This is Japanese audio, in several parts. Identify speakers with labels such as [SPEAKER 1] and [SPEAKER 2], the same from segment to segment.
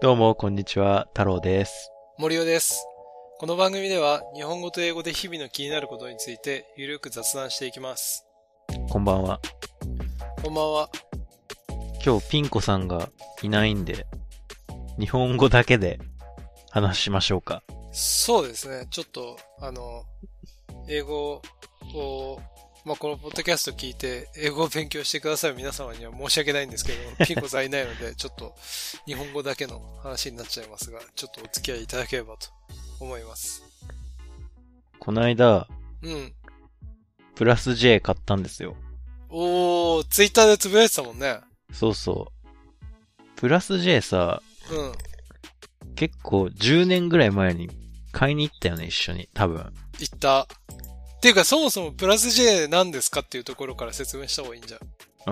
[SPEAKER 1] どうも、こんにちは、太郎です。
[SPEAKER 2] 森尾です。この番組では日本語と英語で日々の気になることについてゆるく雑談していきます。
[SPEAKER 1] こんばんは。
[SPEAKER 2] こんばんは。
[SPEAKER 1] 今日、ピンコさんがいないんで、日本語だけで話しましょうか。
[SPEAKER 2] そうですね。ちょっと、あの、英語を、まあ、このポッドキャスト聞いて、英語を勉強してくださる皆様には申し訳ないんですけど、ピンコさんいないので、 ちょっと、日本語だけの話になっちゃいますが、ちょっとお付き合いいただければと思います。
[SPEAKER 1] この間、
[SPEAKER 2] うん。
[SPEAKER 1] プラス J 買ったんですよ。
[SPEAKER 2] おー、ツイッターでつぶやいてたもんね。
[SPEAKER 1] そうそう。プラス J さ、
[SPEAKER 2] うん。
[SPEAKER 1] 結構10年ぐらい前に買いに行ったよね、一緒に。多分。
[SPEAKER 2] 言った。っていうか、そもそもプラス J 何ですかっていうところから説明した方がいいんじゃ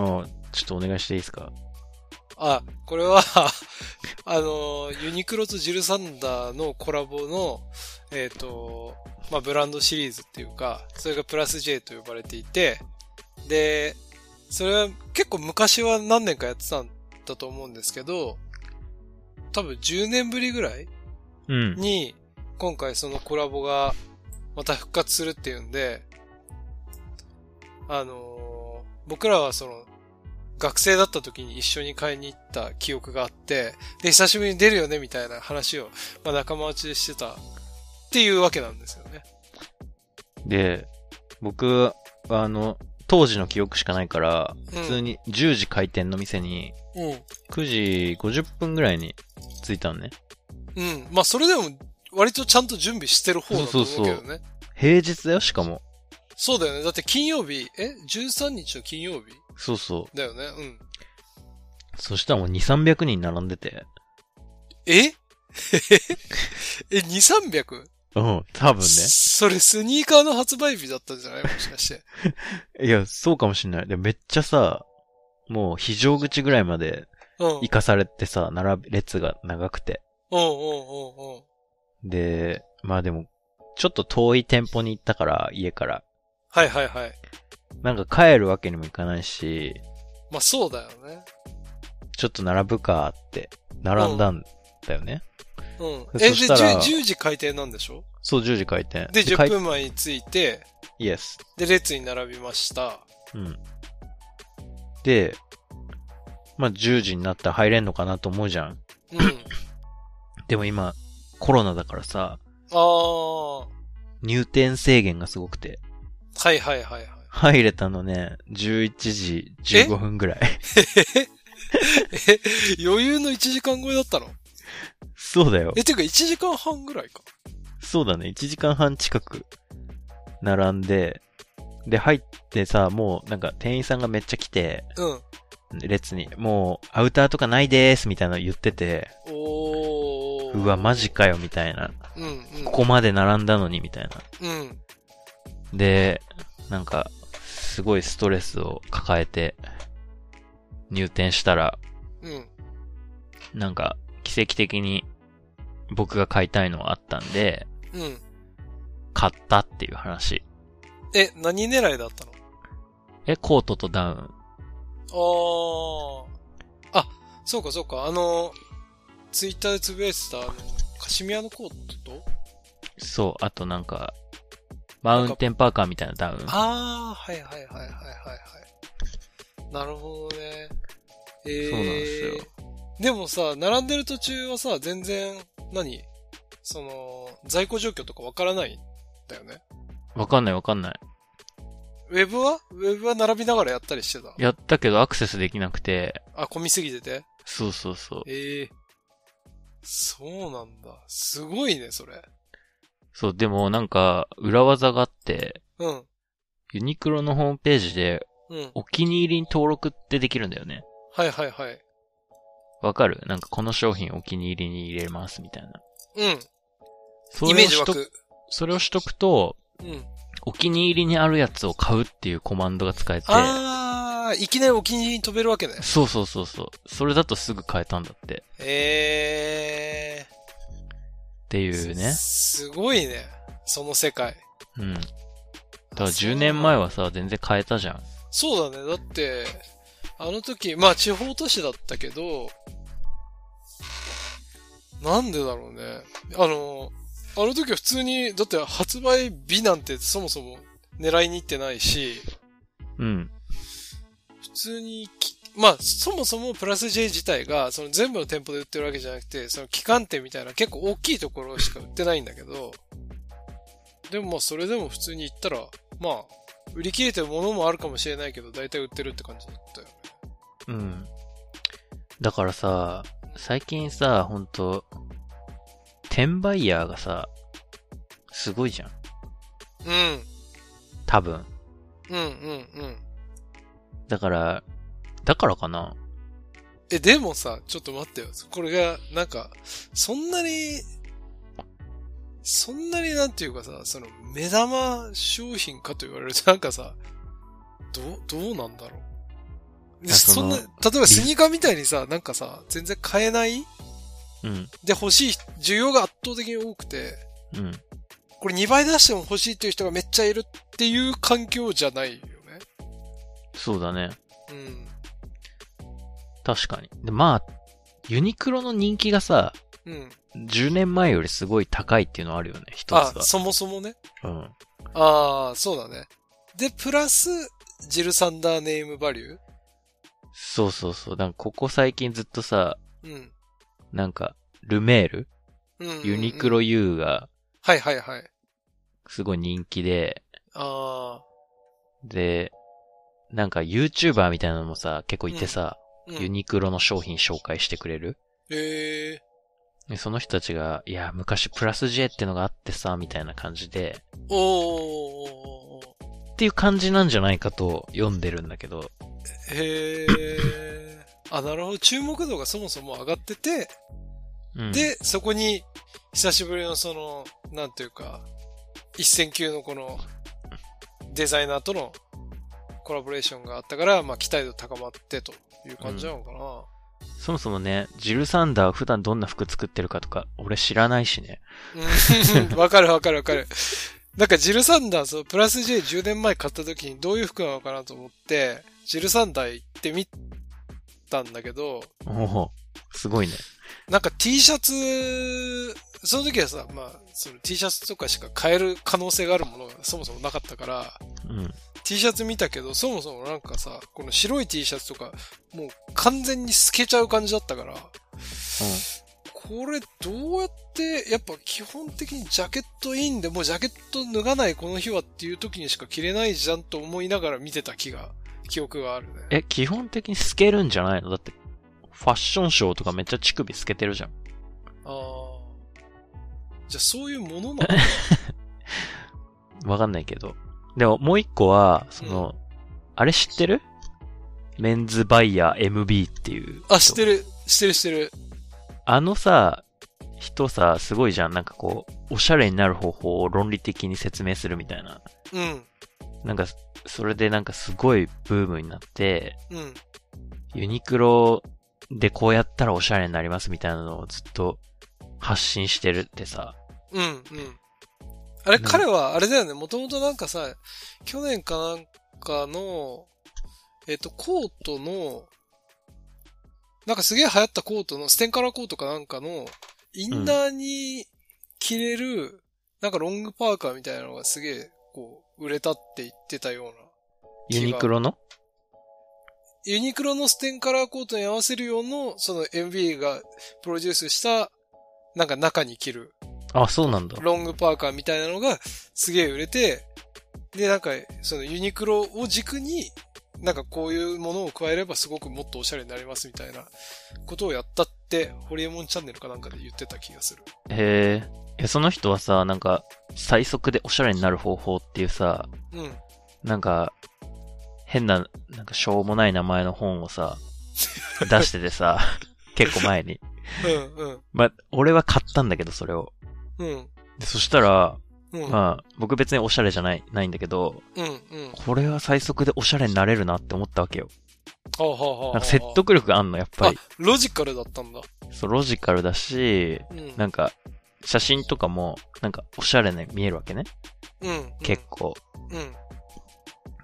[SPEAKER 2] ん。
[SPEAKER 1] うん。ちょっとお願いしていいですか
[SPEAKER 2] あ、これは、 あの、ユニクロとジルサンダーのコラボの、えっ、と、まあ、ブランドシリーズっていうか、それがプラス J と呼ばれていて、で、それは結構昔は何年かやってたんだと思うんですけど、多分10年ぶりぐらい
[SPEAKER 1] うん。
[SPEAKER 2] に、今回そのコラボがまた復活するっていうんで、あのー僕らはその、学生だった時に一緒に買いに行った記憶があって、で、久しぶりに出るよねみたいな話を、まあ、仲間内でしてたっていうわけなんですよね。
[SPEAKER 1] で、僕、あの、当時の記憶しかないから、
[SPEAKER 2] うん
[SPEAKER 1] 普通に10時開店の店に、
[SPEAKER 2] う
[SPEAKER 1] 9時50分ぐらいに着いたのね。
[SPEAKER 2] ん。うん。まあ、それでも、割とちゃんと準備してる方だと思うけどね。
[SPEAKER 1] そうそう平日だよ、しかも。
[SPEAKER 2] そうだよね。だって金曜日、え ?13 日の金曜日
[SPEAKER 1] そうそう。
[SPEAKER 2] だよね。うん。
[SPEAKER 1] そしたらもう2、300人並んでて。
[SPEAKER 2] え え、2、300?
[SPEAKER 1] うん、多分ね。
[SPEAKER 2] それスニーカーの発売日だったんじゃないもし かして。
[SPEAKER 1] いや、そうかもしんない。で、めっちゃさ、もう非常口ぐらいまで
[SPEAKER 2] うん。うん
[SPEAKER 1] 行かされてさ、並び、列が長くて。
[SPEAKER 2] うんうんうん。
[SPEAKER 1] で、まあでも、ちょっと遠い店舗に行ったから、家から。
[SPEAKER 2] はいはいはい。
[SPEAKER 1] なんか帰るわけにもいかないし、
[SPEAKER 2] まあそうだよね。
[SPEAKER 1] ちょっと並ぶかって、並んだんだよね。
[SPEAKER 2] うん。
[SPEAKER 1] そ
[SPEAKER 2] え、で、
[SPEAKER 1] したら
[SPEAKER 2] 10, 10時開店なんでしょ
[SPEAKER 1] そう、10時開店。
[SPEAKER 2] で、10
[SPEAKER 1] 開
[SPEAKER 2] 分前に着いて、
[SPEAKER 1] イエス。
[SPEAKER 2] で、列に並びました。
[SPEAKER 1] うん。で、まあ、10時になったら入れんのかなと思うじゃん。
[SPEAKER 2] うん。
[SPEAKER 1] でも今、コロナだからさ、
[SPEAKER 2] ああ。は
[SPEAKER 1] 入店制限がすごくて、
[SPEAKER 2] いはいはいはい。
[SPEAKER 1] 入れたのね、11時15分ぐらい。
[SPEAKER 2] え、余裕の1時間超えだったの
[SPEAKER 1] そうだよ。
[SPEAKER 2] え、ていうか1時間半ぐらいか。
[SPEAKER 1] そうだね、1時間半近く、並んで、で、入ってさ、もう、なんか、店員さんがめっちゃ来て、
[SPEAKER 2] うん。
[SPEAKER 1] 列に、もう、アウターとかないでーす、みたいなの言ってて、
[SPEAKER 2] おー。
[SPEAKER 1] うわ、マジ。かよ、みたいな。
[SPEAKER 2] うんうん。
[SPEAKER 1] ここまで並んだのに、みたいな。
[SPEAKER 2] うん。
[SPEAKER 1] で、なんか、すごいストレスを抱えて、入店したら、
[SPEAKER 2] うん。
[SPEAKER 1] なんか、奇跡的に僕が買いたいのがあったんで、
[SPEAKER 2] うん。
[SPEAKER 1] 買ったっていう話。
[SPEAKER 2] え、何狙いだったの
[SPEAKER 1] え、コートとダウン。
[SPEAKER 2] ああ。あ、そうかそうか。あの、ツイッターでつぶやいてた、あの、カシミヤのコートと
[SPEAKER 1] そう、あとなんか、マウンテンパーカーみたいなダウン。
[SPEAKER 2] ああ、はいはいはいはいはいはい。なるほどね。えー、
[SPEAKER 1] そうなんですよ。
[SPEAKER 2] でもさ、並んでる途中はさ、全然、何その、在庫状況とかわからないんだよね。
[SPEAKER 1] わかんないわかんない。
[SPEAKER 2] ウェブはウェブは並びながらやったりしてた。
[SPEAKER 1] やったけどアクセスできなくて、
[SPEAKER 2] あ、混みすぎてて。
[SPEAKER 1] そうそうそう。
[SPEAKER 2] ええー。そうなんだ。すごいね、それ。
[SPEAKER 1] そう、でもなんか、裏技があって、
[SPEAKER 2] うん。
[SPEAKER 1] ユニクロのホームページで、
[SPEAKER 2] うん。
[SPEAKER 1] お気に入りに登録ってできるんだよね。
[SPEAKER 2] はいはいはい。
[SPEAKER 1] わかるなんかこの商品お気に入りに入れますみたいな。
[SPEAKER 2] うん。
[SPEAKER 1] そ
[SPEAKER 2] イ
[SPEAKER 1] れ
[SPEAKER 2] メ
[SPEAKER 1] を
[SPEAKER 2] ージ
[SPEAKER 1] しとく、
[SPEAKER 2] 枠。
[SPEAKER 1] それをしとくと、
[SPEAKER 2] うん。
[SPEAKER 1] お気に入りにあるやつを買うっていうコマンドが使えて、
[SPEAKER 2] あー、いきなりお気に入りに飛べるわけね。
[SPEAKER 1] そうそうそうそう。それだとすぐ買えたんだって。
[SPEAKER 2] え
[SPEAKER 1] ってい
[SPEAKER 2] ー。
[SPEAKER 1] うね。
[SPEAKER 2] すすごいね。その世界。
[SPEAKER 1] うん。だから10年前はさ、全然買えたじゃん。
[SPEAKER 2] そうだね。だって、あの時、まあ地方都市だったけど、なんでだろうね。あの、あの時は普通に、だって発売日なんてそもそも狙いに行ってないし、
[SPEAKER 1] うん。
[SPEAKER 2] 普通にき、まあ、そもそもプラス J 自体が、その全部の店舗で売ってるわけじゃなくて、その旗艦店みたいな結構大きいところしか売ってないんだけど、でもまあ、それでも普通に行ったら、まあ、売り切れてるものもあるかもしれないけど、大体売ってるって感じだったよね。
[SPEAKER 1] うん。だからさ、最近さ、ほんと、転売ヤーがさ、すごいじゃん。多分。
[SPEAKER 2] うん、うん、うん、うん。
[SPEAKER 1] だから、だからかな。
[SPEAKER 2] え、でもさ、ちょっと待ってよ。これが、なんか、そんなに、そんなになんていうかさ、その、目玉商品かと言われると、なんかさ、どう、どうなんだろう。
[SPEAKER 1] いや
[SPEAKER 2] そんな、例
[SPEAKER 1] そ
[SPEAKER 2] えばスニーカーみたいにさ、なんかさ、全然買えない
[SPEAKER 1] うん。
[SPEAKER 2] で、欲しい、需要が圧倒的に多くて、
[SPEAKER 1] うん。
[SPEAKER 2] これ2倍出しても欲しいっていう人がめっちゃいるっていう環境じゃないよね。
[SPEAKER 1] そうだね。
[SPEAKER 2] うん。
[SPEAKER 1] 確かに。で、まあ、ユニクロの人気がさ、
[SPEAKER 2] うん。
[SPEAKER 1] 10年前よりすごい高いっていうのはあるよね、一つ
[SPEAKER 2] あ
[SPEAKER 1] は、。
[SPEAKER 2] そもそもね。
[SPEAKER 1] うん。
[SPEAKER 2] ああ、そうだね。で、プラス、ジルサンダーネームバリュー
[SPEAKER 1] そうそうそう。なんかここ最近ずっとさ、
[SPEAKER 2] うん。
[SPEAKER 1] なんか、ルメール
[SPEAKER 2] うんうんうん
[SPEAKER 1] ユニク。ロ U が
[SPEAKER 2] はいはいはい。
[SPEAKER 1] すごい人気で、
[SPEAKER 2] ああ。
[SPEAKER 1] で、なんか YouTuber みたいなのもさ、結構いてさ、
[SPEAKER 2] うん
[SPEAKER 1] ユニクロの商品紹介してくれる
[SPEAKER 2] へえ。
[SPEAKER 1] でその人たちが、いや、昔プラス J ってのがあってさ、みたいな感じで、
[SPEAKER 2] おー。
[SPEAKER 1] っていう感じなんじゃないかと読んでるんだけど、
[SPEAKER 2] へえ。あ、なるほど。注目度がそもそも上がってて、
[SPEAKER 1] うん、
[SPEAKER 2] で、そこに、久しぶりのその、なんていうか、一線級のこの、デザイナーとのコラボレーションがあったから、まあ、期待度高まってという感じなのかな。
[SPEAKER 1] そもそもね、ジルサンダー普段どんな服作ってるかとか、俺知らないしね。
[SPEAKER 2] うんわかるわかるわかる。なんかジルサンダー、そう、プラス J10 年前買った時にどういう服なのかなと思って、ジルサンダー行ってみたんだけど、
[SPEAKER 1] おおすごいね。
[SPEAKER 2] なんか T シャツ、その時はさ、まあ、その T シャツとかしか買える可能性があるものがそもそもなかったから、
[SPEAKER 1] うん。
[SPEAKER 2] T シャツ見たけど、そもそもなんかさ、この白い T シャツとか、もう完全に透けちゃう感じだったから、これどうやって、やっぱ基本的にジャケットインでもうジャケット脱がないこの日はっていう時にしか着れないじゃんと思いながら見てた気が、記憶があるね。
[SPEAKER 1] え、基本的に透けるんじゃないのだって、ファッションショーとかめっちゃ乳首透けてるじゃん。
[SPEAKER 2] ああ。じゃあそういうものなの
[SPEAKER 1] わかんないけど。でも、もう一個は、その、あれ知ってるメンズバイヤー MB っていう。
[SPEAKER 2] あ、知ってる、知ってる、知ってる。
[SPEAKER 1] あのさ、人さ、すごいじゃん。なんかこう、おしゃれになる方法を論理的に説明するみたいな。
[SPEAKER 2] うん、
[SPEAKER 1] なんか、それでなんかすごいブームになって、
[SPEAKER 2] うん、
[SPEAKER 1] ユニクロでこうやったらおしゃれになりますみたいなのをずっと発信してるってさ。
[SPEAKER 2] うん、うん。あれ、
[SPEAKER 1] うん
[SPEAKER 2] 彼は、あれだよね、もともとなんかさ、去年かなんかの、えっ、と、コートの、なんかすげえ流行ったコートの、ステンカラーコートかなんかの、インナーに着れる、なんかロングパーカーみたいなのがすげえ、こう、売れたって言ってたような。
[SPEAKER 1] ユニクロの
[SPEAKER 2] ユニクロのステンカラーコートに合わせるような、その MB がプロデュースした、なんか中に着る
[SPEAKER 1] あ、そうなんだ。
[SPEAKER 2] ロングパーカーみたいなのがすげえ売れて、で、なんか、そのユニクロを軸に、なんかこういうものを加えればすごくもっとおしゃれになりますみたいなことをやったって、ホリエモンチャンネルかなんかで言ってた気がする。
[SPEAKER 1] へーえ。その人はさ、なんか、最速でおしゃれになる方法っていうさ、
[SPEAKER 2] うん。
[SPEAKER 1] なんか、変な、なんかしょうもない名前の本を さ、出しててさ、結構前に。
[SPEAKER 2] うん、
[SPEAKER 1] まあ、俺は買ったんだけど、それを。
[SPEAKER 2] うん、うん、
[SPEAKER 1] でそしたら、
[SPEAKER 2] うん、うん、
[SPEAKER 1] まあ、僕別におしゃれじゃない、ないんだけど、
[SPEAKER 2] うん。
[SPEAKER 1] これは最速でおしゃれになれるなって思ったわけよ。
[SPEAKER 2] はあはあはあはあ
[SPEAKER 1] なんか説得力があんの、やっぱり。
[SPEAKER 2] ロジカルだったんだ。
[SPEAKER 1] そう、ロジカルだし、
[SPEAKER 2] うん。
[SPEAKER 1] なんか、写真とかも、なんか、おしゃれに見えるわけね。
[SPEAKER 2] うん。
[SPEAKER 1] 結構。
[SPEAKER 2] うん。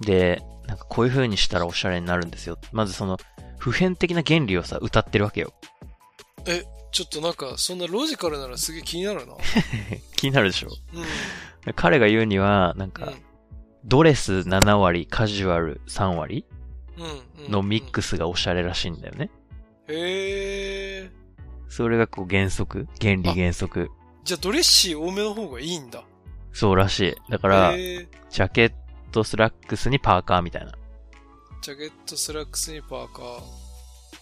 [SPEAKER 1] で、なんかこういう風にしたらおしゃれになるんですよ。まずその、普遍的な原理をさ、歌ってるわけよ。
[SPEAKER 2] ちょっとなんか、そんなロジカルならすげえ気になるな。
[SPEAKER 1] 気になるでしょ
[SPEAKER 2] うん。
[SPEAKER 1] 彼が言うには、なん
[SPEAKER 2] う
[SPEAKER 1] か、
[SPEAKER 2] ん
[SPEAKER 1] ドレス7割、カジュアル3割
[SPEAKER 2] うん。うん
[SPEAKER 1] のミック。スがおしゃれらしいんだよね。
[SPEAKER 2] へえ。
[SPEAKER 1] それがこう原則原理原則
[SPEAKER 2] じゃあドレッシー多めの方がいいんだ。
[SPEAKER 1] そうらしい。だから、
[SPEAKER 2] へえ。
[SPEAKER 1] ジャケット、スラックスにパーカーみたいな。
[SPEAKER 2] ジャケット、スラックスにパーカー。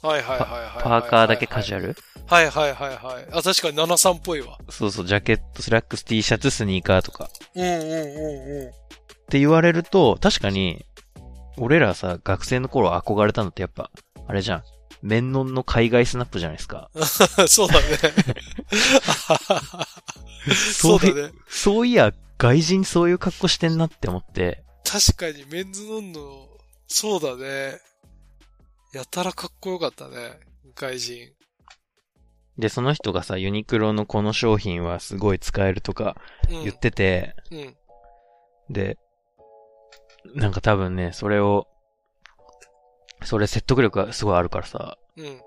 [SPEAKER 2] はいはいはいはいはい。
[SPEAKER 1] パーカーだけカジュア
[SPEAKER 2] ル。
[SPEAKER 1] ル
[SPEAKER 2] はいはいはいはい。あ、確かに73っぽいわ。
[SPEAKER 1] そうそう、ジャケット、スラックス、T シャツ、スニーカーとか。っ
[SPEAKER 2] うんうんうんうん。
[SPEAKER 1] て言われると、確かに、俺らさ、学生の頃憧れたのってやっぱ、あれじゃん。メンノンの海外スナップじゃないですか。
[SPEAKER 2] そうだね。そうだね。
[SPEAKER 1] そういや、外人そういう格好してんなって思って、
[SPEAKER 2] 確かにメンズノンの、そうだね。やたらかっこよかったね。外人。
[SPEAKER 1] で、その人がさ、ユニクロのこの商品はすごい使えるとか
[SPEAKER 2] うん。
[SPEAKER 1] 言ってて、
[SPEAKER 2] うん。
[SPEAKER 1] で、なんか多分ね、それを、それ説得力がすごいあるからさ、
[SPEAKER 2] うん。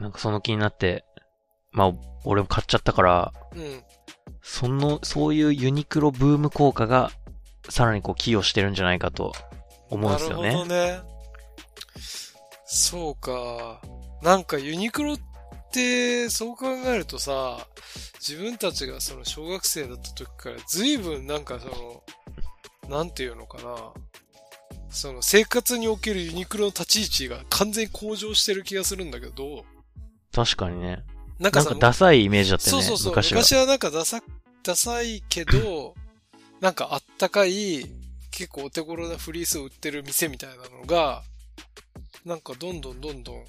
[SPEAKER 1] なんかその気になって、まあ、俺も買っちゃったから、
[SPEAKER 2] うん。
[SPEAKER 1] その、そういうユニクロブーム効果が、さらにこう寄与してるんじゃないかと思うんですよ
[SPEAKER 2] なるほ
[SPEAKER 1] ね。
[SPEAKER 2] どね。そうか。なんかユニクロって、そう考えるとさ、自分たちがその小学生だった時から随分なんかその、なんていうのかな。その生活におけるユニクロの立ち位置が完全に向上してる気がするんだけど、どう
[SPEAKER 1] 確かにね。
[SPEAKER 2] なんか
[SPEAKER 1] なん
[SPEAKER 2] さ、
[SPEAKER 1] かダサいイメージだったよ
[SPEAKER 2] そう
[SPEAKER 1] ね
[SPEAKER 2] そう、そう昔
[SPEAKER 1] 昔
[SPEAKER 2] は。
[SPEAKER 1] は。
[SPEAKER 2] なんかダサ、ダサい けど、なんかあったかい、結構お手頃なフリースを売ってる店みたいなのが、なんかどんどんどんどん、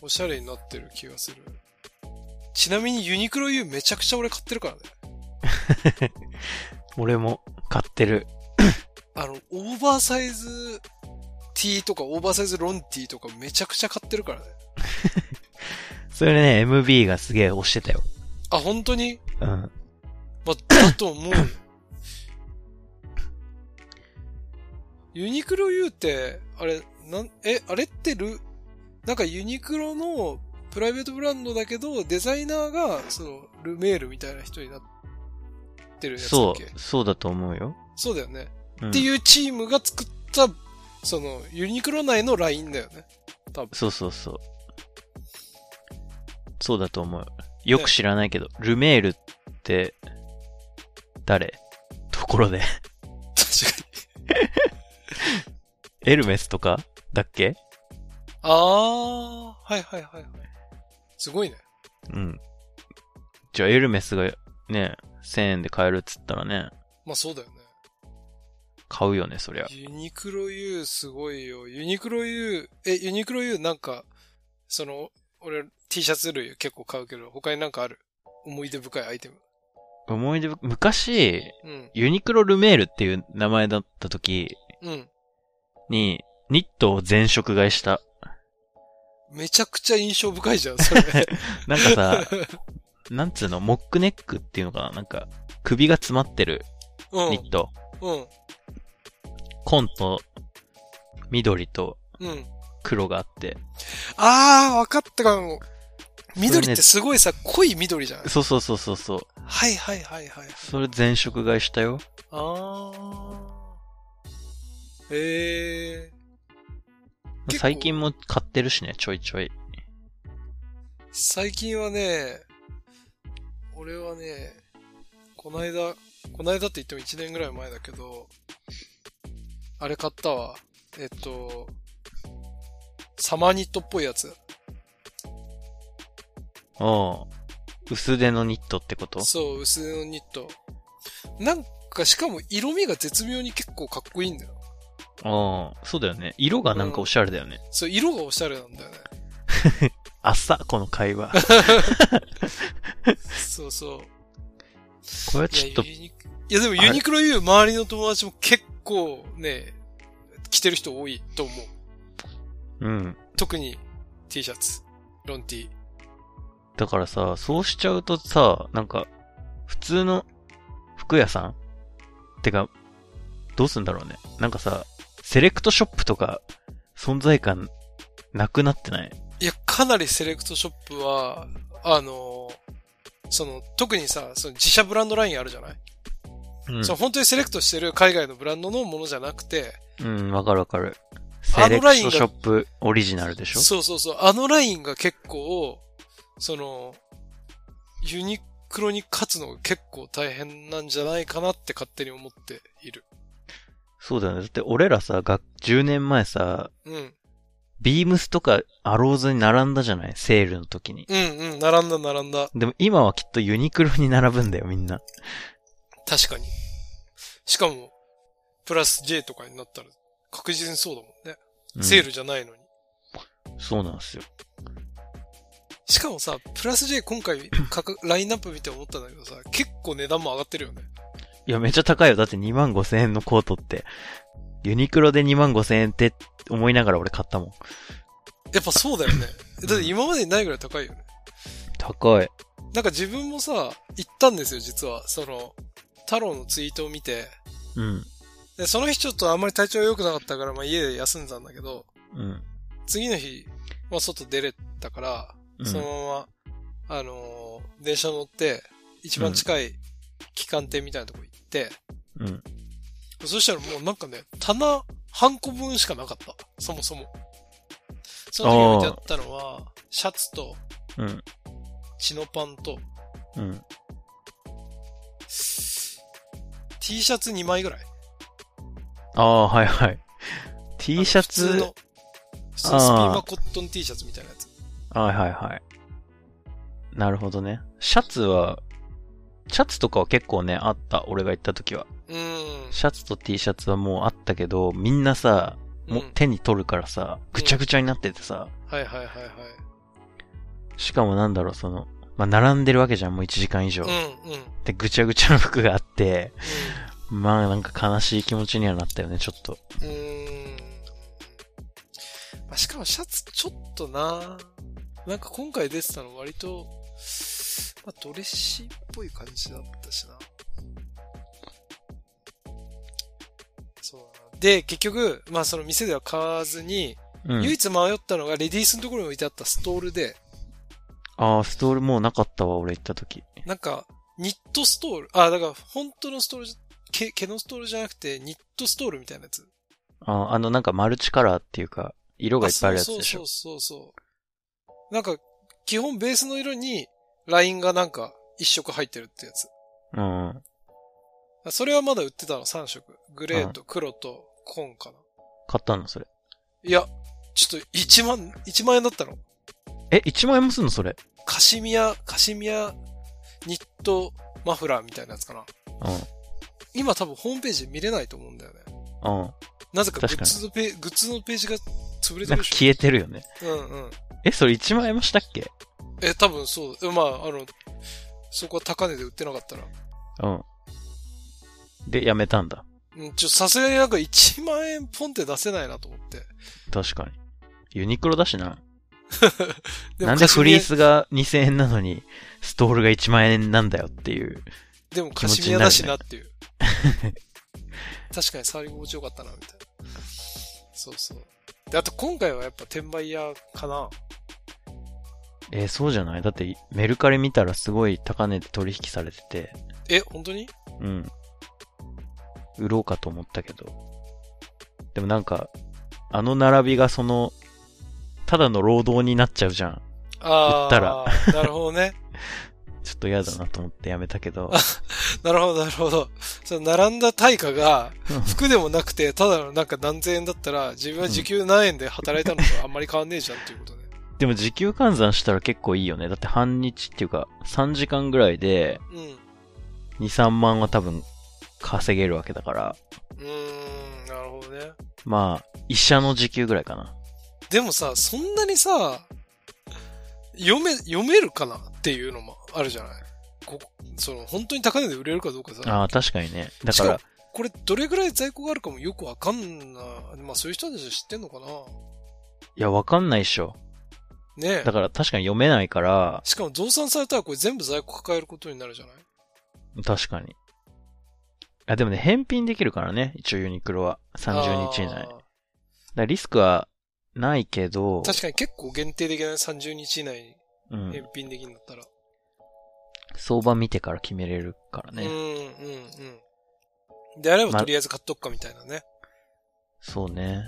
[SPEAKER 2] おしゃれになってる気がする。ちなみにユニクロ U めちゃくちゃ俺買ってるからね。
[SPEAKER 1] 俺も買ってる。
[SPEAKER 2] あの、オーバーサイズ T とかオーバーサイズロン T とかめちゃくちゃ買ってるからね。
[SPEAKER 1] それね、MB がすげえ押してたよ。
[SPEAKER 2] あ、本当に
[SPEAKER 1] うん。
[SPEAKER 2] まあ、だと 思う。ユニクロ U って、あれ、なん、え、あれってる、なんかユニクロのプライベートブランドだけど、デザイナーが、その、ルメールみたいな人になってるやつだっ
[SPEAKER 1] そ
[SPEAKER 2] け
[SPEAKER 1] う、そうだと思うよ。
[SPEAKER 2] そうだよね、
[SPEAKER 1] うん
[SPEAKER 2] っていうチームが作った、その、ユニクロ内のラインだよね。
[SPEAKER 1] そうそうそう。そうだと思う。よく知らないけど、ルメールって、誰 ところで。
[SPEAKER 2] 確かに。
[SPEAKER 1] エルメスとかだっけ
[SPEAKER 2] あー、はいはいはいはい。すごいね。
[SPEAKER 1] うん。じゃあエルメスがね、1000円で買えるっつったらね、
[SPEAKER 2] まあそうだよね。
[SPEAKER 1] 買うよね、そりゃ。
[SPEAKER 2] ユニクロ U すごいよ。ユニクロ U、え、ユニクロ U なんか、その、俺 T シャツ類結構買うけど、他になんかある思い出深いアイテム。
[SPEAKER 1] 思い出深、昔、
[SPEAKER 2] うん、
[SPEAKER 1] ユニクロルメールっていう名前だった時
[SPEAKER 2] うん。
[SPEAKER 1] に、ニットを全色買いした。
[SPEAKER 2] めちゃくちゃ印象深いじゃん、それ。
[SPEAKER 1] なんか さ、なんつうの、モックネックっていうのかななんか、首が詰まってる
[SPEAKER 2] うん、
[SPEAKER 1] ニット。
[SPEAKER 2] うん、
[SPEAKER 1] 紺と、緑と
[SPEAKER 2] うん。
[SPEAKER 1] 黒があって。
[SPEAKER 2] あー、わかったかも。緑っ
[SPEAKER 1] それね
[SPEAKER 2] てすごいさ、濃い緑じゃん。
[SPEAKER 1] そうそうそうそうそう。
[SPEAKER 2] はいはいはいはい。
[SPEAKER 1] それ全色買いしたよ。
[SPEAKER 2] あー。えー。結構
[SPEAKER 1] 最近も買ってるしね、ちょいちょい。
[SPEAKER 2] 最近はね、俺はね、こないだ、こないだって言っても1年ぐらい前だけど、あれ買ったわ。えっと、サマーニットっぽいやつ。
[SPEAKER 1] おう薄手のニットってこと
[SPEAKER 2] そう、薄手のニット。なんか、しかも色味が絶妙に結構かっこいいんだよ。
[SPEAKER 1] おうそうだよね。色がなんかおしゃれだよね。
[SPEAKER 2] そう、色がおしゃれなんだよね。
[SPEAKER 1] あっさ、この会 話。
[SPEAKER 2] そうそう。
[SPEAKER 1] これはい
[SPEAKER 2] や、
[SPEAKER 1] ちょっと、
[SPEAKER 2] ユニクいやでもユニクロ U 周りの友達も結構ね、着てる人多いと思う。
[SPEAKER 1] うん。
[SPEAKER 2] 特に T シャツ、ロン T。
[SPEAKER 1] だからさ、そうしちゃうとさ、なんか、普通の服屋さんてか、どうすんだろうね。なんかさ、セレクトショップとか、存在感なくなってない。
[SPEAKER 2] いや、かなりセレクトショップは、あの、その、特にさ、その自社ブランドラインあるじゃない、
[SPEAKER 1] うん
[SPEAKER 2] その本当にセレクトしてる海外のブランドのものじゃなくて、
[SPEAKER 1] うん、わかるわかる。セレ
[SPEAKER 2] あの
[SPEAKER 1] クト
[SPEAKER 2] ライン
[SPEAKER 1] シ
[SPEAKER 2] が
[SPEAKER 1] ョップオリジナルでしょ
[SPEAKER 2] そうそうそう、あのラインが結構、その、ユニクロに勝つのが結構大変なんじゃないかなって勝手に思っている。
[SPEAKER 1] そうだよね。だって俺らさ、が10年前さ、
[SPEAKER 2] うん。
[SPEAKER 1] ビームスとかアローズに並んだじゃないセールの時に。
[SPEAKER 2] うんうん、並んだ並んだ。
[SPEAKER 1] でも今はきっとユニクロに並ぶんだよ、みんな。
[SPEAKER 2] 確かに。しかも、プラス J とかになったら確実にそうだもんね。
[SPEAKER 1] うん
[SPEAKER 2] セールじゃないのに。
[SPEAKER 1] そうなんですよ。
[SPEAKER 2] しかもさ、プラス J 今回価格、ラインナップ見て思ったんだけどさ、結構値段も上がってるよね。
[SPEAKER 1] いや、めっちゃ高いよ。だって2万5千円のコートって。ユニクロで2万5千円って思いながら俺買ったもん。
[SPEAKER 2] やっぱそうだよね。だって今までにないぐらい高いよね。
[SPEAKER 1] 高い。
[SPEAKER 2] なんか自分もさ、行ったんですよ、実は。その、太郎のツイートを見て。
[SPEAKER 1] うん。
[SPEAKER 2] で、その日ちょっとあんまり体調良くなかったから、まあ家で休んだんだけど、
[SPEAKER 1] うん。
[SPEAKER 2] 次の日、まあ外出れたから、
[SPEAKER 1] うん
[SPEAKER 2] そのまま、あのー電車乗って、一番近い機関店みたいなとこ行って、
[SPEAKER 1] うん。
[SPEAKER 2] そしたらもうなんかね、棚、半個分しかなかった。そもそも。その時置いてあったのは、シャツと、
[SPEAKER 1] うん。
[SPEAKER 2] チノパンと、
[SPEAKER 1] うん。
[SPEAKER 2] T シャツ2枚ぐらい。
[SPEAKER 1] ああ、はいはい。
[SPEAKER 2] あの
[SPEAKER 1] T シャ
[SPEAKER 2] 普通
[SPEAKER 1] ツ、
[SPEAKER 2] の、普通のスピーマコットン T シャツみたいなやつ。
[SPEAKER 1] はいはいはい。なるほどね。シャツは、シャツとかは結構ね、あった。俺が行った時は。
[SPEAKER 2] うーん。
[SPEAKER 1] シャツと T シャツはもうあったけど、みんなさ、もう
[SPEAKER 2] うん
[SPEAKER 1] 手に取るからさ、ぐちゃぐちゃになっててさ、
[SPEAKER 2] はいはいはいはい。
[SPEAKER 1] しかもなんだろう、その、まあ、並んでるわけじゃん、もう1時間以上。
[SPEAKER 2] うんうん。
[SPEAKER 1] で、ぐちゃぐちゃの服があって、まあなんか悲しい気持ちにはなったよね、ちょっと。
[SPEAKER 2] うーん。まあ、しかもシャツちょっとななんか今回出てたの割と、まあ、ドレッシーっぽい感じだったしな。そうだなで、結局、まあその店では買わずに、
[SPEAKER 1] う
[SPEAKER 2] 唯
[SPEAKER 1] ん。
[SPEAKER 2] 一迷ったのがレディースのところに置いてあったストールで、
[SPEAKER 1] ああ、ストールもうなかったわ、俺行った時。
[SPEAKER 2] なんか、ニットストール。あ、だから本当のストールじゃ、毛毛のストールじゃなくて、ニットストールみたいなやつ。
[SPEAKER 1] ああ、あのなんかマルチカラーっていうか、色がいっぱいあるやつ
[SPEAKER 2] そう
[SPEAKER 1] でし
[SPEAKER 2] そ
[SPEAKER 1] ょ
[SPEAKER 2] う。そうそう。なんか、基本ベースの色に、ラインがなんか、一色入ってるってやつ。
[SPEAKER 1] うん。
[SPEAKER 2] それはまだ売ってたの、3色。グレーと黒と紺かな。
[SPEAKER 1] 買ったの、それ。
[SPEAKER 2] いや、ちょっと1万、1万円だったの。
[SPEAKER 1] え、1万円もすんの、それ。
[SPEAKER 2] カシミヤ、カシミヤ、ニット、マフラーみたいなやつかな。
[SPEAKER 1] う
[SPEAKER 2] 今多分ホームページで見れないと思うんだよね。
[SPEAKER 1] ん。うん。
[SPEAKER 2] なぜかグ
[SPEAKER 1] 確か
[SPEAKER 2] ッ
[SPEAKER 1] に
[SPEAKER 2] ズのペグッズのページが潰れて
[SPEAKER 1] なんか
[SPEAKER 2] るでしょ。
[SPEAKER 1] 消えてるよね。
[SPEAKER 2] うんうん。
[SPEAKER 1] え、それ1万円もしたっけ
[SPEAKER 2] え、多分そう。えまあ、あの、そこは高値で売ってなかったら。
[SPEAKER 1] うん。で、やめたんだ。
[SPEAKER 2] うん、ちょ、さすがになんか1万円ポンって出せないなと思って。
[SPEAKER 1] 確かに。ユニクロだしな。
[SPEAKER 2] も
[SPEAKER 1] なんでフリー
[SPEAKER 2] カシ
[SPEAKER 1] スが2000円なのに、ストールが1万円なんだよっていう。
[SPEAKER 2] ミヤでもカシミヤだしなっ ていう。確かに触り心地よかったな、みたいな。そうそう。で、あと今回はやっぱ転売屋かな。
[SPEAKER 1] えーそうじゃないだって、メルカリ見たらすごい高値で取引されてて、
[SPEAKER 2] え、本当に
[SPEAKER 1] うん。売ろうかと思ったけど。でもなんか、あの並びがその、ただの労働になっちゃうじゃん。
[SPEAKER 2] あ
[SPEAKER 1] 売った
[SPEAKER 2] あ。
[SPEAKER 1] ら。
[SPEAKER 2] なるほどね。
[SPEAKER 1] ちょっと嫌だなと思ってやめたけど。
[SPEAKER 2] なるほど、なるほど。その並んだ対価が
[SPEAKER 1] うん、
[SPEAKER 2] 服でもなくて、ただのなんか何千円だったら、自分は時給何円で働いたのとあんまり変わんねえじゃんっていうことね。
[SPEAKER 1] でも時給換算したら結構いいよね。だって半日っていうか、3時間ぐらいで、
[SPEAKER 2] うん。
[SPEAKER 1] 2、3万は多分稼げるわけだから、
[SPEAKER 2] うーん、なるほどね。
[SPEAKER 1] まあ、医者の時給ぐらいかな。
[SPEAKER 2] でもさ、そんなにさ、読め、読めるかなっていうのもあるじゃないこその、本当に高値で売れるかどうかさ、
[SPEAKER 1] ああ、確かにね。だか
[SPEAKER 2] しからも、これどれぐらい在庫があるかもよくわかんない。まあそういう人たちは知ってんのかない
[SPEAKER 1] や、わかんないっしょ。
[SPEAKER 2] ねえ
[SPEAKER 1] だ。から確かに読めないから、
[SPEAKER 2] しかも増産されたらこれ全部在庫抱えることになるじゃない
[SPEAKER 1] 確かに。あ、でもね、返品できるからね。一応ユニクロは。30日以内。だか
[SPEAKER 2] あ
[SPEAKER 1] らリスクはないけど、
[SPEAKER 2] 確かに結構限定的な30日以内に
[SPEAKER 1] うん
[SPEAKER 2] 返、品できるんだったら。
[SPEAKER 1] 相場見てから決めれるからね。
[SPEAKER 2] うん、うん、うん。であれば
[SPEAKER 1] ま
[SPEAKER 2] とりあえず買っとくかみたいなね。
[SPEAKER 1] そうね。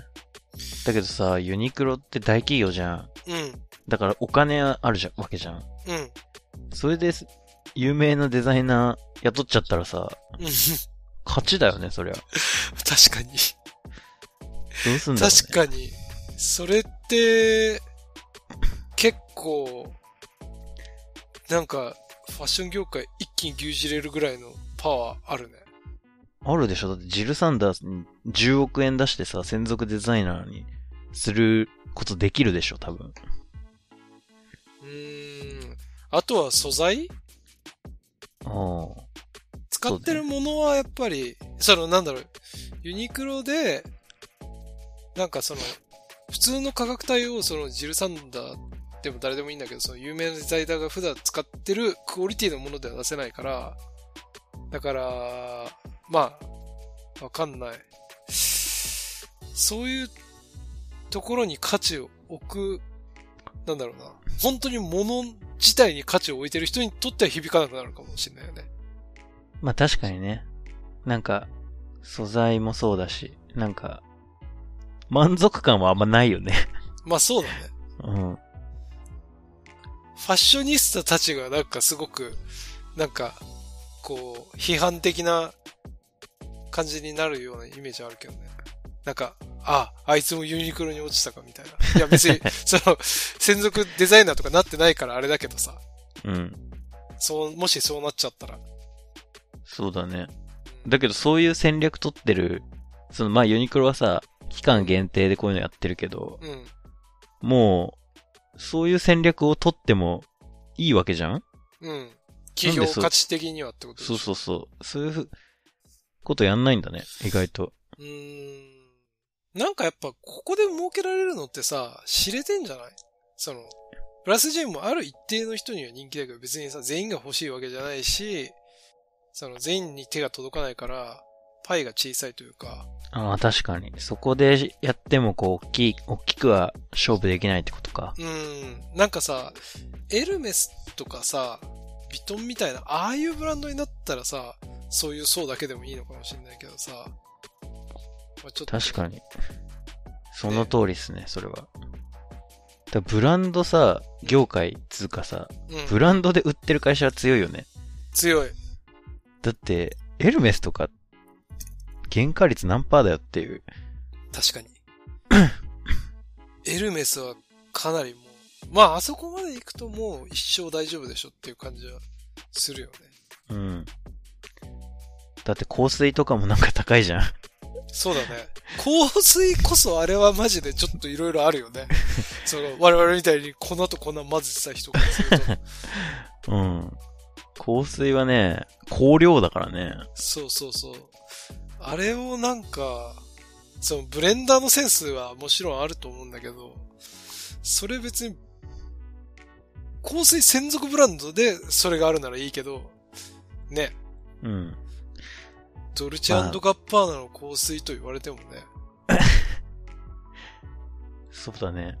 [SPEAKER 1] だけどさ、ユニクロって大企業じゃん。
[SPEAKER 2] うん、
[SPEAKER 1] だからお金あるじゃん、わけじゃん。
[SPEAKER 2] うん、
[SPEAKER 1] それです、有名なデザイナー雇っちゃったらさ、
[SPEAKER 2] うん。
[SPEAKER 1] 勝ちだよね、そりゃ。
[SPEAKER 2] 確かに。
[SPEAKER 1] どうすんだろう、ね。
[SPEAKER 2] 確かに。それって、結構、なんか、ファッション業界一気に牛耳れるぐらいのパワーあるね。
[SPEAKER 1] あるでしょだってジル・サンダースに10億円出してさ、専属デザイナーにすることできるでしょ多分。
[SPEAKER 2] うーん。あとは素材
[SPEAKER 1] あ
[SPEAKER 2] 使ってるものはやっぱり、そのなんだろう、ユニクロで、なんかその、普通の価格帯をそのジルサンダーでも誰でもいいんだけど、その有名なデザイナーが普段使ってるクオリティのものでは出せないから、だから、まあ、わかんない。そういうところに価値を置く、なんだろうな。本当に物自体に価値を置いてる人にとっては響かなくなるかもしれないよね。
[SPEAKER 1] あ。まあ確かにね。なんか、素材もそうだし、なんか、満足感はあんまないよね。
[SPEAKER 2] まあそうだね。
[SPEAKER 1] うん。
[SPEAKER 2] ファッショニスタたちがなんかすごく、なんか、こう、批判的な感じになるようなイメージあるけどね。なんか、あ、あいつもユニクロに落ちたかみたいな。いや別 に、その、専属デザイナーとかなってないからあれだけどさ。
[SPEAKER 1] うん。
[SPEAKER 2] そう、もしそうなっちゃったら。
[SPEAKER 1] そうだね。
[SPEAKER 2] うん
[SPEAKER 1] だけどそういう戦略取ってる、そのまあユニクロはさ、期間限定でこういうのやってるけど、
[SPEAKER 2] うん。
[SPEAKER 1] もう、そういう戦略を取ってもいいわけじゃん
[SPEAKER 2] うん。企業価値的にはってことでし
[SPEAKER 1] そ
[SPEAKER 2] ょ
[SPEAKER 1] うそうそう。そういうふことやんないんだね、意外と。
[SPEAKER 2] うーんなんかやっぱここで儲けられるのってさ、知れてんじゃないその、プラス J もある一定の人には人気だけど別にさ、全員が欲しいわけじゃないし、その全員に手が届かないから、パイが小さいというか、
[SPEAKER 1] ああ、確かに。そこでやっても、こう、大きい、大きくは勝負できないってことか。
[SPEAKER 2] うーん、なんかさ、エルメスとかさ、ビトンみたいな、ああいうブランドになったらさ、そういう層だけでもいいのかもしれないけどさ、まあちょっと
[SPEAKER 1] 確かに。その通りですね、それは。だブランドさ、業界、つうかさ、
[SPEAKER 2] うん
[SPEAKER 1] ブランドで売ってる会社は強いよね。
[SPEAKER 2] 強い。
[SPEAKER 1] だって、エルメスとか、原価率何パーだよっていう。
[SPEAKER 2] 確かに。エルメスはかなりもう、まああそこまで行くともう一生大丈夫でしょっていう感じはするよね。
[SPEAKER 1] うん。だって香水とかもなんか高いじゃん。
[SPEAKER 2] そうだね。香水こそあれはマジでちょっといろいろあるよね。その我々みたいに粉と粉混ぜてた人からすると。
[SPEAKER 1] うん。香水はね、香料だからね。
[SPEAKER 2] そうそうそう。あれをなんか、そのブレンダーのセンスはもちろんあると思うんだけど、それ別に、香水専属ブランドでそれがあるならいいけど、ね、
[SPEAKER 1] うん。
[SPEAKER 2] ドルチェ
[SPEAKER 1] まあ
[SPEAKER 2] ガッパーナの香水と言われてもね。
[SPEAKER 1] そうだね。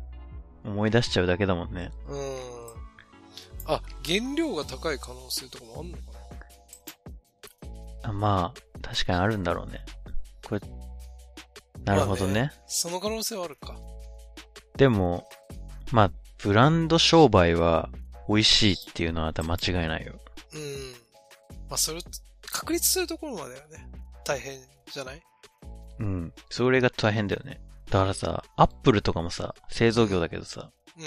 [SPEAKER 1] 思い出しちゃうだけだもんね。
[SPEAKER 2] うーん。あ、原料が高い可能性とかもあんのかな
[SPEAKER 1] あまあ、確かにあるんだろうね。これ、なるほどね。
[SPEAKER 2] まあその可能性はあるか。
[SPEAKER 1] でも、まあ、ブランド商売は美味しいっていうのは間違いないよ。
[SPEAKER 2] うん。まあ、それを確立するところまではね、大変じゃない
[SPEAKER 1] うん。それが大変だよね。だからさ、アップルとかもさ、製造業だけどさ、
[SPEAKER 2] う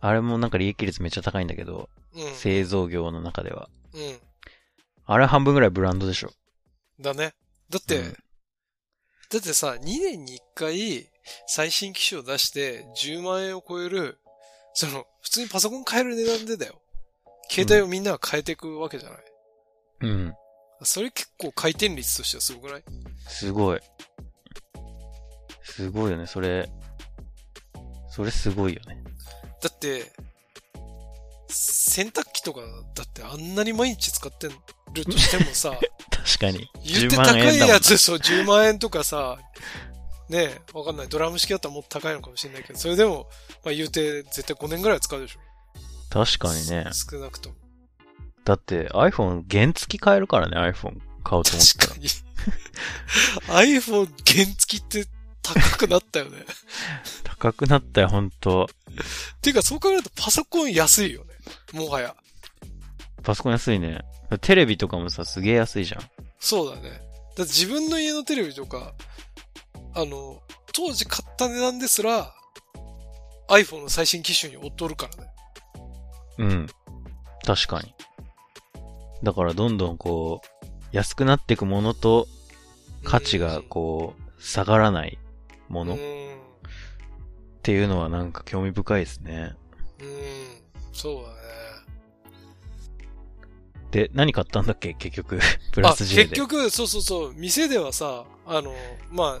[SPEAKER 1] あれもなんか利益率めっちゃ高いんだけど、
[SPEAKER 2] ん。うん。
[SPEAKER 1] 製造業の中では。
[SPEAKER 2] うん。
[SPEAKER 1] あれ半分ぐらいブランドでしょ。
[SPEAKER 2] だね。だって、
[SPEAKER 1] うん
[SPEAKER 2] だってさ、2年に1回最新機種を出して10万円を超える、その、普通にパソコン買える値段でだよ。携帯をみんなが変えていくわけじゃない。
[SPEAKER 1] うん。
[SPEAKER 2] それ結構回転率としてはすごくない
[SPEAKER 1] すごい。すごいよね、それ。それすごいよね。
[SPEAKER 2] だって、洗濯機とかだってあんなに毎日使ってる としてもさ、
[SPEAKER 1] 確かに。
[SPEAKER 2] 言っ
[SPEAKER 1] 10
[SPEAKER 2] て
[SPEAKER 1] 万
[SPEAKER 2] 高い
[SPEAKER 1] 円だもん
[SPEAKER 2] やつ、そう、10万円とかさ、ねえ、わかんない。ドラム式だったらもっと高いのかもしれないけど、それでも、まあ言うて絶対5年ぐらいは使うでしょ。
[SPEAKER 1] 確かにね。
[SPEAKER 2] す少なくとも。
[SPEAKER 1] だって iPhone 原付き買えるからね、iPhone 買おうと思った
[SPEAKER 2] 確
[SPEAKER 1] ら
[SPEAKER 2] か。に。iPhone 原付きって高くなったよね。
[SPEAKER 1] 高くなったよ、ほんと。
[SPEAKER 2] ていうかそう考えるとパソコン安いよね。もはや。
[SPEAKER 1] パソコン安いね。テレビとかもさ、すげえ安いじゃん。
[SPEAKER 2] そうだね。だって自分の家のテレビとか、あの、当時買った値段ですら、iPhone の最新機種に劣るからね。
[SPEAKER 1] うん。確かに。だからどんどんこう、安くなっていくものと価値がこう、下がらないも
[SPEAKER 2] うん、
[SPEAKER 1] の
[SPEAKER 2] う
[SPEAKER 1] っ
[SPEAKER 2] ん。
[SPEAKER 1] ていうのはなんか興味深いですね。
[SPEAKER 2] うん。そうだね。
[SPEAKER 1] で、何買ったんだっけ結局、 プ
[SPEAKER 2] あ
[SPEAKER 1] ラス J で。
[SPEAKER 2] 結局、そうそうそう、店ではさ、あの、まあ、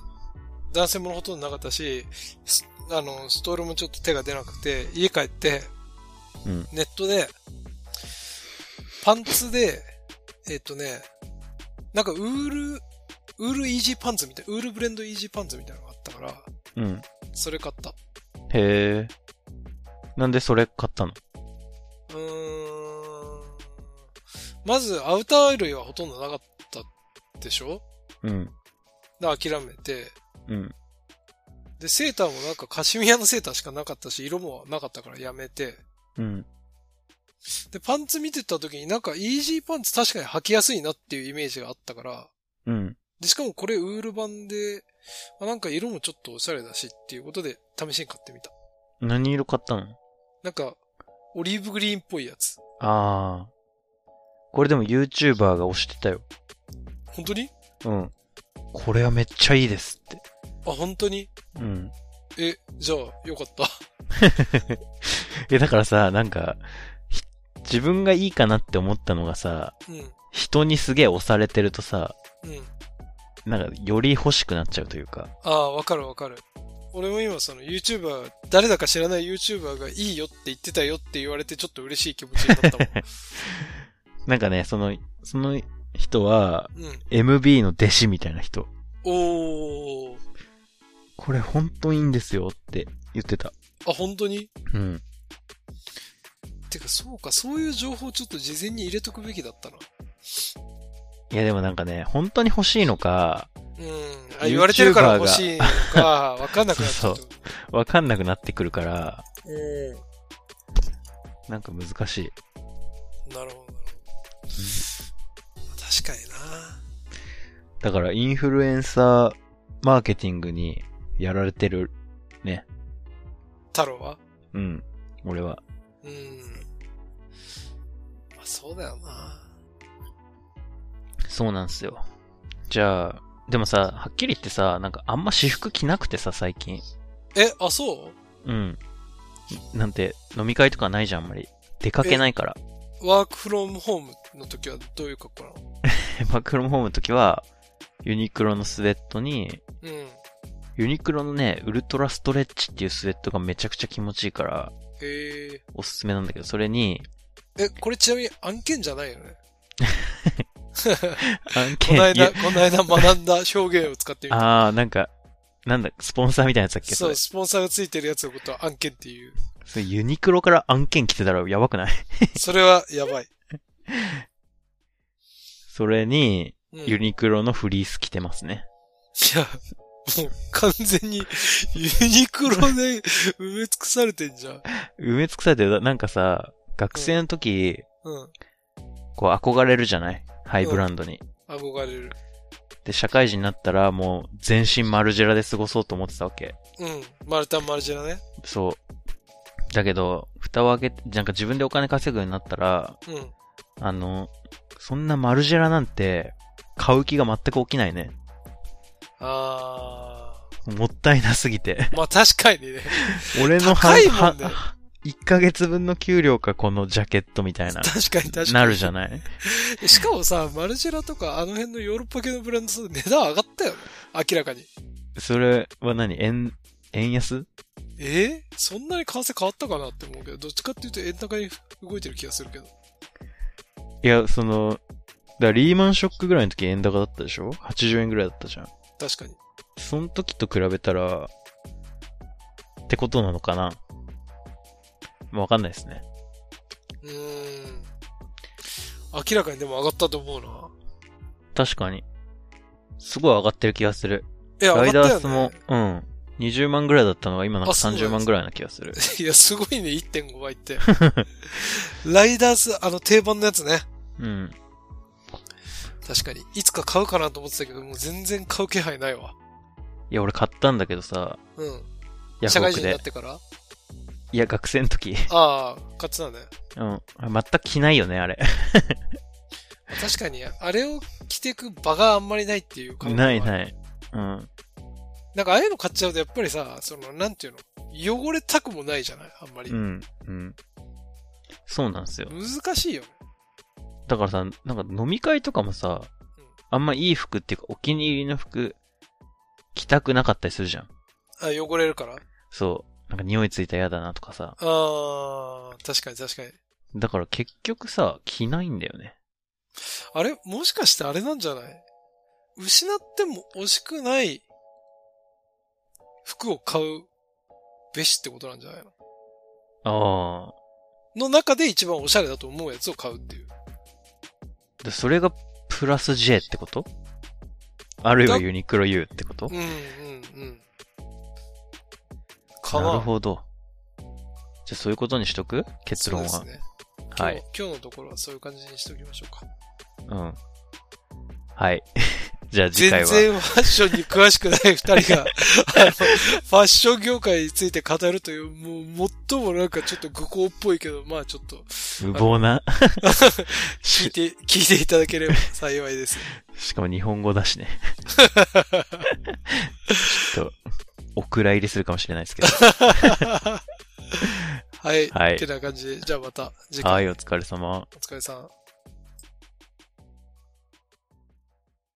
[SPEAKER 2] 男性ものほとんどなかったし、スあの、ストールもちょっと手が出なくて、家帰って、
[SPEAKER 1] うん
[SPEAKER 2] ネットで、パンツで、えっ、とね、なんかウール、ウールイージーパンツみたい、ウールブレンドイージーパンツみたいなのがあったから、
[SPEAKER 1] うん。
[SPEAKER 2] それ買った。
[SPEAKER 1] へえ。なんでそれ買ったの
[SPEAKER 2] うーん。まず、アウター類はほとんどなかったでしょ
[SPEAKER 1] うん。
[SPEAKER 2] で、諦めて、
[SPEAKER 1] うん。
[SPEAKER 2] で、セーターもなんかカシミヤのセーターしかなかったし、色もなかったからやめて。
[SPEAKER 1] うん。
[SPEAKER 2] で、パンツ見てた時になんかイージーパンツ確かに履きやすいなっていうイメージがあったから。
[SPEAKER 1] うん。
[SPEAKER 2] で、しかもこれウール版で、あなんか色もちょっとおしゃれだしっていうことで試しに買ってみた。
[SPEAKER 1] 何色買ったの
[SPEAKER 2] なんか、オリーブグリーンっぽいやつ。
[SPEAKER 1] ああ。これでも YouTuber が押してたよ。
[SPEAKER 2] 本当に
[SPEAKER 1] うん。これはめっちゃいいですって。
[SPEAKER 2] あ、本当に
[SPEAKER 1] うん。
[SPEAKER 2] え、じゃあ、よかった。
[SPEAKER 1] え、だからさ、なんか、ひ自分がいいかなって思ったのがさ、
[SPEAKER 2] うん、
[SPEAKER 1] 人にすげえ押されてるとさ、
[SPEAKER 2] うん。
[SPEAKER 1] なんか、より欲しくなっちゃうというか。
[SPEAKER 2] ああ、わかるわかる。俺も今その YouTuber、誰だか知らない YouTuber がいいよって言ってたよって言われてちょっと嬉しい気持ちになったも
[SPEAKER 1] なんかね、その、その人は、
[SPEAKER 2] ん。うん。
[SPEAKER 1] MB の弟子みたいな人。
[SPEAKER 2] おー。
[SPEAKER 1] これほんといいんですよって言ってた。
[SPEAKER 2] あ、本当に
[SPEAKER 1] うん。
[SPEAKER 2] てか、そうか、そういう情報ちょっと事前に入れとくべきだったな。
[SPEAKER 1] いやでもなんかね、本当に欲しいのか、
[SPEAKER 2] うん。
[SPEAKER 1] YouTuber
[SPEAKER 2] あ、
[SPEAKER 1] が
[SPEAKER 2] 言われてるから欲しいの か、わかんなくなっちゃっ
[SPEAKER 1] そうわかんなくなってくるから、
[SPEAKER 2] た。うん。
[SPEAKER 1] なんか難しい。
[SPEAKER 2] なるほど、なるほど。確かにな。
[SPEAKER 1] だからインフルエンサーマーケティングにやられてる。
[SPEAKER 2] 太郎は
[SPEAKER 1] うん。俺は。
[SPEAKER 2] うん。まあ、そうだよな。
[SPEAKER 1] そうなんすよ。じゃあ、でもさ、はっきり言ってさ、なんかあんま私服着なくてさ、最近。
[SPEAKER 2] え、あ、そ
[SPEAKER 1] うん。なんて、飲み会とかないじゃん、あんまり。出かけないから。
[SPEAKER 2] うワークフロームホームの時はどういう格好なの
[SPEAKER 1] バックロムホームの時は、ユニクロのスウェットに、
[SPEAKER 2] うん。
[SPEAKER 1] ユニクロのね、ウルトラストレッチっていうスウェットがめちゃくちゃ気持ちいいから、
[SPEAKER 2] へえ。
[SPEAKER 1] おすすめなんだけど、それに、
[SPEAKER 2] え、これちなみに案件じゃないよね。
[SPEAKER 1] 案
[SPEAKER 2] この
[SPEAKER 1] 件、
[SPEAKER 2] 間、この間学んだ表現を使ってみた。
[SPEAKER 1] あー、なんか、なんだ、スポンサーみたいなやつだっけ
[SPEAKER 2] そ
[SPEAKER 1] れ
[SPEAKER 2] う、スポンサーがついてるやつのことは案件っていう。
[SPEAKER 1] それユニクロから案件来てたらやばくない
[SPEAKER 2] それはやばい。
[SPEAKER 1] それに、
[SPEAKER 2] うん
[SPEAKER 1] ユニクロのフリース着てますね。
[SPEAKER 2] いや、もう完全にユニクロで埋め尽くされてんじゃん。
[SPEAKER 1] 埋め尽くされてる、なんかさ、学生の時、
[SPEAKER 2] うん。
[SPEAKER 1] こう憧れるじゃないハイブランドに。
[SPEAKER 2] 憧れる。
[SPEAKER 1] で、社会人になったらもう全身マルジェラで過ごそうと思ってたわけ。
[SPEAKER 2] うん。マルタンマルジェラね。
[SPEAKER 1] そう。だけど、蓋を開けて、なんか自分でお金稼ぐようになったら、
[SPEAKER 2] うん。
[SPEAKER 1] あの、そんなマルジェラなんて、買う気が全く起きないね。
[SPEAKER 2] あ
[SPEAKER 1] もったいなすぎて。
[SPEAKER 2] ー。まあ確かにね。
[SPEAKER 1] 俺の
[SPEAKER 2] 高いもんね
[SPEAKER 1] 1ヶ月分の給料か、このジャケットみたいな。
[SPEAKER 2] 確かに確かに。
[SPEAKER 1] なるじゃ
[SPEAKER 2] ん。
[SPEAKER 1] ない
[SPEAKER 2] しかもさ、マルジェラとかあの辺のヨーロッパ系のブランドさ、値段上がったよ。明らかに。
[SPEAKER 1] それは何円、円安
[SPEAKER 2] えーそんなに為替変わったかなって思うけど、どっちかっていうと円高に動いてる気がするけど。
[SPEAKER 1] いや、その、だからリーマンショックぐらいの時円高だったでしょ ?80 円ぐらいだったじゃん。
[SPEAKER 2] 確かに。
[SPEAKER 1] その時と比べたら、ってことなのかなまあわかんないですね。
[SPEAKER 2] うーん。明らかにでも上がったと思うな。
[SPEAKER 1] 確かに。すごい上がってる気がする。
[SPEAKER 2] いや、
[SPEAKER 1] ラ
[SPEAKER 2] 上
[SPEAKER 1] イ
[SPEAKER 2] が
[SPEAKER 1] ダ
[SPEAKER 2] ったよ
[SPEAKER 1] ー
[SPEAKER 2] ね
[SPEAKER 1] スも、うん。20万ぐらいだったのが今なんか
[SPEAKER 2] あそうなんです
[SPEAKER 1] 30万ぐらいな気がする。
[SPEAKER 2] いや、すごいね、1.5倍って。 ライダース、あの、定番のやつね。
[SPEAKER 1] うん。
[SPEAKER 2] 確かに。いつか買うかなと思ってたけど、もう全然買う気配ないわ。
[SPEAKER 1] いや、俺買ったんだけどさ、
[SPEAKER 2] うん。
[SPEAKER 1] ヤフ
[SPEAKER 2] 社
[SPEAKER 1] オ
[SPEAKER 2] 会
[SPEAKER 1] ク
[SPEAKER 2] 人にな
[SPEAKER 1] で
[SPEAKER 2] っ。てからあ
[SPEAKER 1] いや、学生の時。
[SPEAKER 2] あ、買ってたね。
[SPEAKER 1] うん。全く着ないよね、あれ。
[SPEAKER 2] 確かに、あれを着てく場があんまりないっていう感
[SPEAKER 1] ない
[SPEAKER 2] い。
[SPEAKER 1] ない。うん。
[SPEAKER 2] なんか、ああいうの買っちゃうと、やっぱりさ、その、なんていうの、汚れたくもないじゃないあんまり。
[SPEAKER 1] うん。うん。そうなんですよ。
[SPEAKER 2] 難しいよね。
[SPEAKER 1] だからさ、なんか飲み会とかもさ、あんまいい服っていうかお気に入りの服着たくなかったりするじゃん。
[SPEAKER 2] あ、汚れるから。
[SPEAKER 1] そう。なんか匂いついたら嫌だなとかさ。
[SPEAKER 2] ああ、確かに確かに。
[SPEAKER 1] だから結局さ、着ないんだよね。
[SPEAKER 2] あれもしかしてあれなんじゃない失っても惜しくない服を買うべしってことなんじゃないの
[SPEAKER 1] あ
[SPEAKER 2] の中で一番おしゃれだと思うやつを買うっていう。
[SPEAKER 1] あ。で、それがプラス J ってことあるいは
[SPEAKER 2] だ
[SPEAKER 1] ユニクロ U ってこと
[SPEAKER 2] うんうんうん。か
[SPEAKER 1] な
[SPEAKER 2] な
[SPEAKER 1] るほど。じゃあそういうことにしとく結論は。
[SPEAKER 2] そうですね。今
[SPEAKER 1] は
[SPEAKER 2] 日
[SPEAKER 1] い。
[SPEAKER 2] 今日のところはそういう感じにしておきましょうか。
[SPEAKER 1] うん。はい。 じゃあ次回
[SPEAKER 2] 全
[SPEAKER 1] は。
[SPEAKER 2] 然ファッションに詳しくない 二人が、あの、ファッション業界について語るという、もう最もなんかちょっと愚行っぽいけど、まあちょっと、
[SPEAKER 1] 無謀な。
[SPEAKER 2] 聞いて、聞いていただければ幸いです。
[SPEAKER 1] しかも日本語だ しね。ちょっと、お蔵入りするかもしれないですけど。
[SPEAKER 2] はい。
[SPEAKER 1] はい
[SPEAKER 2] てな感じで、じゃあまた次回
[SPEAKER 1] はい、お疲れ様。
[SPEAKER 2] お疲れさん。